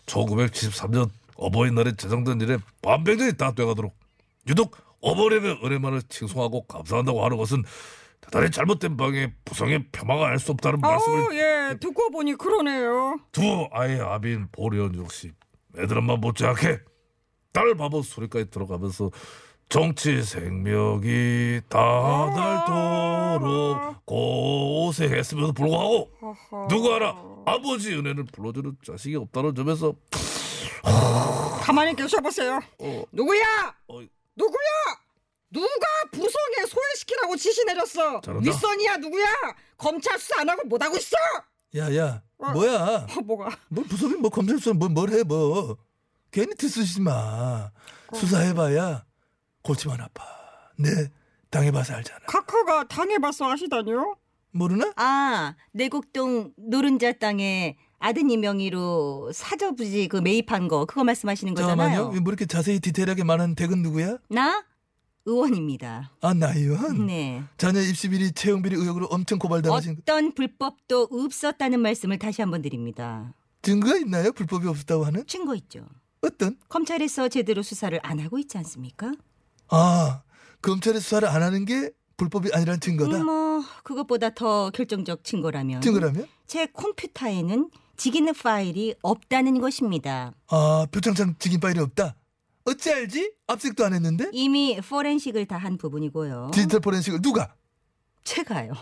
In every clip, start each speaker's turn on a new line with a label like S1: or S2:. S1: 1973년 어버이날에 제정된 일에 반백년이 다 돼가도록 유독 어머님의 은혜만을 칭송하고 감사한다고 하는 것은 대단히 잘못된 방에 부성의 폄하가 알 수 없다는 말씀을
S2: 아우 예 듣고 보니 그러네요.
S1: 두 아이의 아비인 보리언 역시 애들 엄마 못지않게 딸 바보 소리까지 들어가면서 정치 생명이 다 닳도록 고생했음에도 불구하고
S2: 어허.
S1: 누구 하나 아버지 은혜를 불러주는 자식이 없다는 점에서
S2: 가만히 계셔보세요. 누구야?
S1: 어.
S2: 누구야? 누가 부성에 소외시키라고 지시 내렸어?
S1: 잘한다.
S2: 윗선이야 누구야? 검찰 수사 안 하고 못 하고 있어?
S3: 야야,
S2: 어.
S3: 뭐야?
S2: 어, 뭐가?
S3: 뭘 부속이 뭐 검찰수사 뭘뭘 해, 뭐. 괜히 들쓰지 마.
S2: 어.
S3: 수사해봐야 골치만 아파. 내 당해봐서 알잖아.
S2: 카카가 당해봐서 아시다니요?
S3: 모르나?
S4: 아 내곡동 노른자 땅에 아드님 명의로 사저부지 그 매입한 거 그거 말씀하시는 거잖아요.
S3: 잠깐만요. 뭐 이렇게 자세히 디테일하게 말하는 댁은 누구야?
S4: 나 의원입니다.
S3: 아, 나 의원.
S4: 네.
S3: 자녀 입시비리 채용비리 의혹으로 엄청 고발당하신
S4: 어떤 불법도 없었다는 말씀을 다시 한번 드립니다.
S3: 증거가 있나요? 불법이 없었다고 하는?
S4: 증거 있죠.
S3: 어떤?
S4: 검찰에서 제대로 수사를 안 하고 있지 않습니까?
S3: 아, 검찰의 수사를 안 하는 게 불법이 아니라는 증거다.
S4: 음, 뭐 그것보다 더 결정적 증거라면
S3: 증거라면?
S4: 제 컴퓨터에는 직인 파일이 없다는 것입니다.
S3: 아, 표창장 직인 파일이 없다. 어찌 알지? 압색도 안 했는데?
S4: 이미 뭐? 포렌식을 다 한 부분이고요.
S3: 디지털 포렌식을 누가?
S4: 제가요.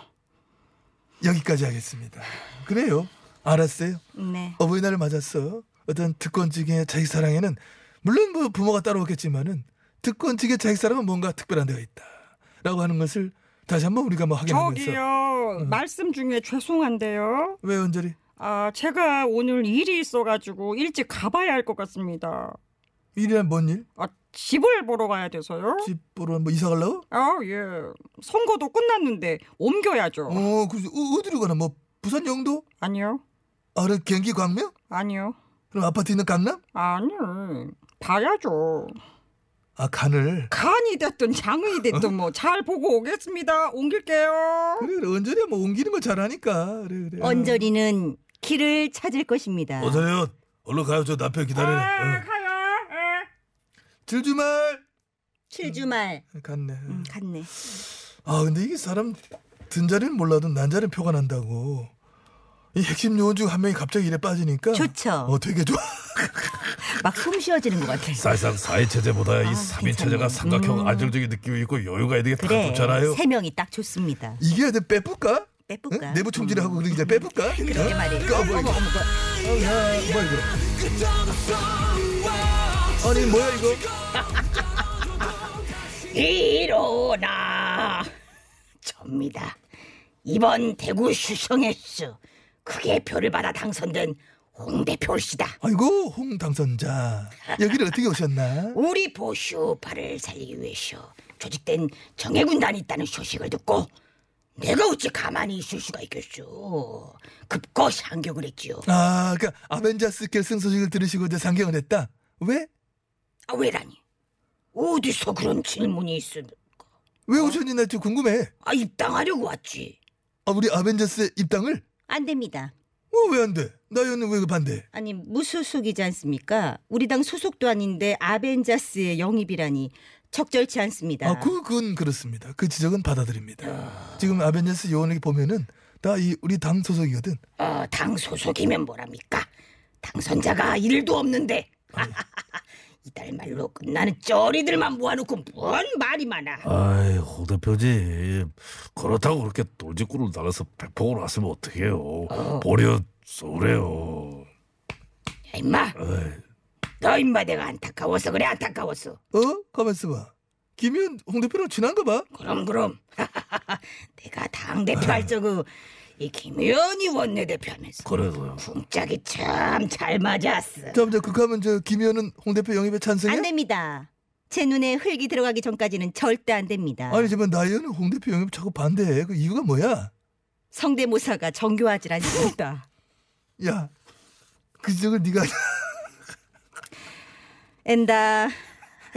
S3: 여기까지 하겠습니다. 그래요. 알았어요.
S4: 네.
S3: 어버이날을 맞았어. 어떤 특권직의 자기 사랑에는 물론 뭐 부모가 따라오겠지만은 특권직의 자기 사랑은 뭔가 특별한 데가 있다라고 하는 것을 다시 한번 우리가 뭐 확인하면서
S2: 저기요
S1: 음.
S2: 말씀 중에 죄송한데요.
S3: 왜 언저리
S2: 아 제가 오늘 일이 있어가지고 일찍 가봐야 할 것 같습니다.
S3: 일이란 뭔 일?
S2: 아 집을 보러 가야 돼서요.
S3: 집 보러 뭐 이사 갈라고?
S2: 아 예. 선거도 끝났는데 옮겨야죠.
S3: 어, 그래서 어, 어디로 가나? 뭐 부산 영도?
S2: 아니요,
S3: 아, 그래, 경기 광명?
S2: 아니요.
S3: 그럼 아파트 있는 강남?
S2: 아니요. 봐야죠.
S3: 아, 간을.
S2: 간이 됐든 장이 됐든 뭐 잘 보고 오겠습니다. 옮길게요.
S3: 그래, 그래. 언저리야 뭐 옮기는 거 잘하니까. 그래, 그래.
S4: 언저리는 길을 찾을 것입니다.
S1: 어서요 얼른 가요 저 남편 기다리네
S2: 아,
S1: 응.
S2: 가요. 예.
S3: 어. 질주말.
S4: 칠주말
S3: 갔네.
S4: 음, 갔네.
S3: 아 근데 이게 사람 든 자리는 몰라도 난 자리는 표가 난다고. 이 핵심 요원 중 한 명이 갑자기 일에 빠지니까
S2: 좋죠.
S3: 어 되게 좋아.
S2: 막 숨 쉬어지는 것 같아.
S1: 사실상 4인 체제보다
S2: 아,
S1: 이 3인 체제가 삼각형 안정적인 느낌이 있고 여유가 있는 게 다
S2: 음. 그래.
S1: 좋잖아요.
S2: 세 명이 딱 좋습니다.
S3: 이게 이제 빼볼까?
S2: 빼볼까? 음,
S3: 내부 총질하고 뭐, 그리고 이제 빼볼까?
S2: 그러게 말이에요. 어머, 어머, 어머.
S3: 야, 뭐야 이거? 아니 뭐야 이거?
S2: 일어나 접니다 이번 대구 슈성에스 크게 표를 받아 당선된 홍대표시다
S3: 아이고 홍 당선자 여기를 어떻게 오셨나?
S2: 우리 보슈파를 살리기 위해서 조직된 정예군단이 있다는 소식을 듣고 내가 어찌 가만히 있을 수가 있겠소 급거 상경을 했지요
S3: 아, 그러니까 아벤자스 결승 소식을 들으시고 이제 상경을 했다. 왜?
S2: 아 왜라니 어디서 그런 질문이 있음
S3: 왜 오셨니 나 지금 궁금해.
S2: 아 입당하려고 왔지
S3: 아, 우리 아벤자스 입당을?
S4: 안 됩니다.
S3: 어, 왜 안 돼? 나 여는 왜 반대?
S4: 아니 무소속이지 않습니까? 우리 당 소속도 아닌데 아벤자스의 영입이라니 적절치 않습니다.
S3: 아, 그, 그건 그렇습니다. 그 지적은 받아들입니다. 지금 아벤자스 요원을 보면은 다 이 우리 당 소속이거든.
S2: 어, 당 소속이면 뭐랍니까? 당선자가 일도 없는데 이달 말로 끝나는 쩌리들만 모아놓고 뭔 말이 많아.
S1: 아이 홍 대표지 그렇다고 그렇게 돌직구를 날아서 백폭으로 왔으면 어떡해요. 보려 쏘래요.
S2: 야, 임마,
S1: 아이.
S2: 너 임마 내가 안타까워서 그래 안타까워서.
S3: 어? 가만 있어봐. 김현 홍 대표랑 친한가 봐.
S2: 그럼 그럼 내가 당 대표 할 적은 이 김의원이 원내 대표하면서
S1: 그래서요.
S2: 궁짝이 참 잘 맞았어.
S3: 자, 이제 그거 하면 저 김현은 홍 대표 영입에 찬성해?
S4: 안 됩니다. 제 눈에 흙이 들어가기 전까지는 절대 안 됩니다.
S3: 아니, 지금 나 여는 홍 대표 영입 자꾸 반대해. 그 이유가 뭐야?
S4: 성대모사가 정교하질 않습니다.
S3: 야, 그 지적을 네가
S4: 엔다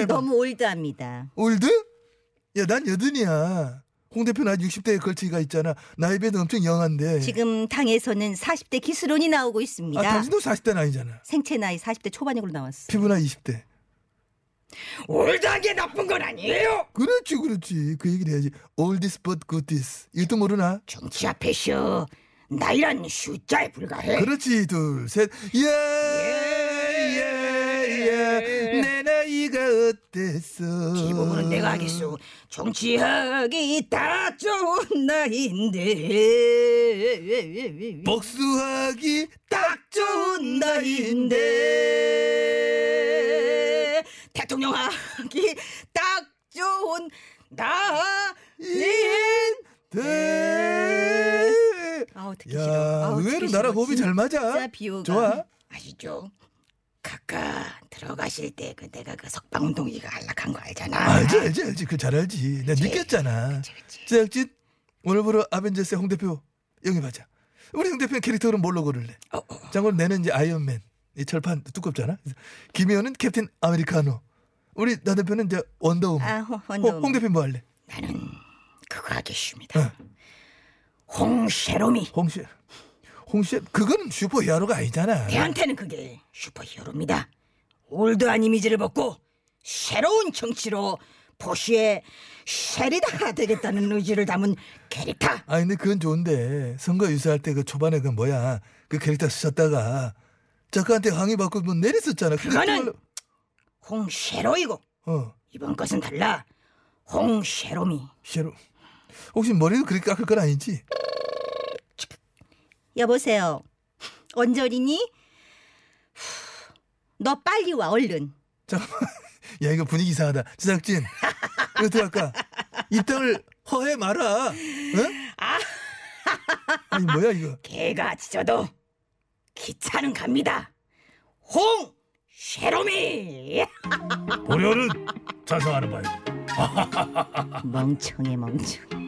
S4: 너무 올드합니다.
S3: 올드? 야, 난 여든이야. 홍 대표는 아직 60대에 걸치기가 있잖아. 나이 비해는 엄청 영한데.
S4: 지금 당에서는 40대 기수론이 나오고 있습니다.
S3: 네. 아, 당신도 40대는 아니잖아.
S4: 생체 나이 40대 초반으로 나왔어.
S3: 피부나 20대.
S2: 올드한 게 나쁜 건 아니에요.
S3: 그렇지, 그렇지. 그 얘기를 해야지. All this but good this. 일도 모르나?
S2: 정치 앞에서 나이란 숫자에
S4: 네.
S2: 불과해.
S3: 그렇지, 둘, 셋. 예, 예, 예. 내 나이가 어땠어?
S2: 기본은 내가 하겠소. 정치하기 다 좋은 나인데.
S3: 뭐- 복수하기 딱 좋은 나이인데.
S2: 나인데. 대통령하기 딱 좋은 나인데.
S4: 네. 아우 듣기 싫어.
S3: 야,
S4: 아우, 듣기
S3: 의외로
S4: 싫어.
S3: 나랑 호흡이 잘 맞아.
S4: 진짜 비호감.
S3: 좋아.
S2: 아시죠? 각각 들어가실 때 그 내가 그 석방운동기가 안락한 거 알잖아.
S3: 알지, 알지, 알지. 그 잘 알지. 내가 느꼈잖아. 제작진, 오늘부로 아벤져스의 홍 대표 영입하자. 우리 홍 대표는 캐릭터로 뭘로 고를래?
S2: 어, 어.
S3: 장군 내는 이제 아이언맨. 이 철판 두껍잖아. 그래서 김희원은 캡틴 아메리카노. 우리 나 대표는 이제 원더우먼.
S4: 아, 호-
S3: 어,
S4: 원더우먼.
S3: 홍 대표 뭐 할래?
S2: 나는 그거 하겠습니다.
S3: 네.
S2: 홍세롬이.
S3: 홍씨, 홍씨 그거는 슈퍼 히어로가 아니잖아.
S2: 내한테는 그게 슈퍼히어로입니다. 올드한 이미지를 벗고 새로운 정치로 보시의 쉐리다가 되겠다는 의지를 담은 캐릭터.
S3: 아 근데 그건 좋은데 선거 유세할 때 그 초반에 그 뭐야 그 캐릭터 쓰셨다가 작가한테 항의 받고 뭐 내렸었잖아. 근데
S2: 그거는
S3: 그걸로-
S2: 홍쉐로이고
S3: 어.
S2: 이번 것은 달라 홍쉐롬이
S3: 쉐로 혹시 머리도 그렇게 깎을 건 아니지?
S4: 여보세요. 언저리니? 후, 너 빨리 와 얼른.
S3: 잠깐만 야 이거 분위기 이상하다 제작진 이거 어떻게 할까? 입당을 허해 마라 응? 아니 뭐야 이거
S2: 개가 짖어도 기차는 갑니다. 홍쉐롬이.
S1: 보려는 자성하는 바입니다.
S4: 멍청해 멍청.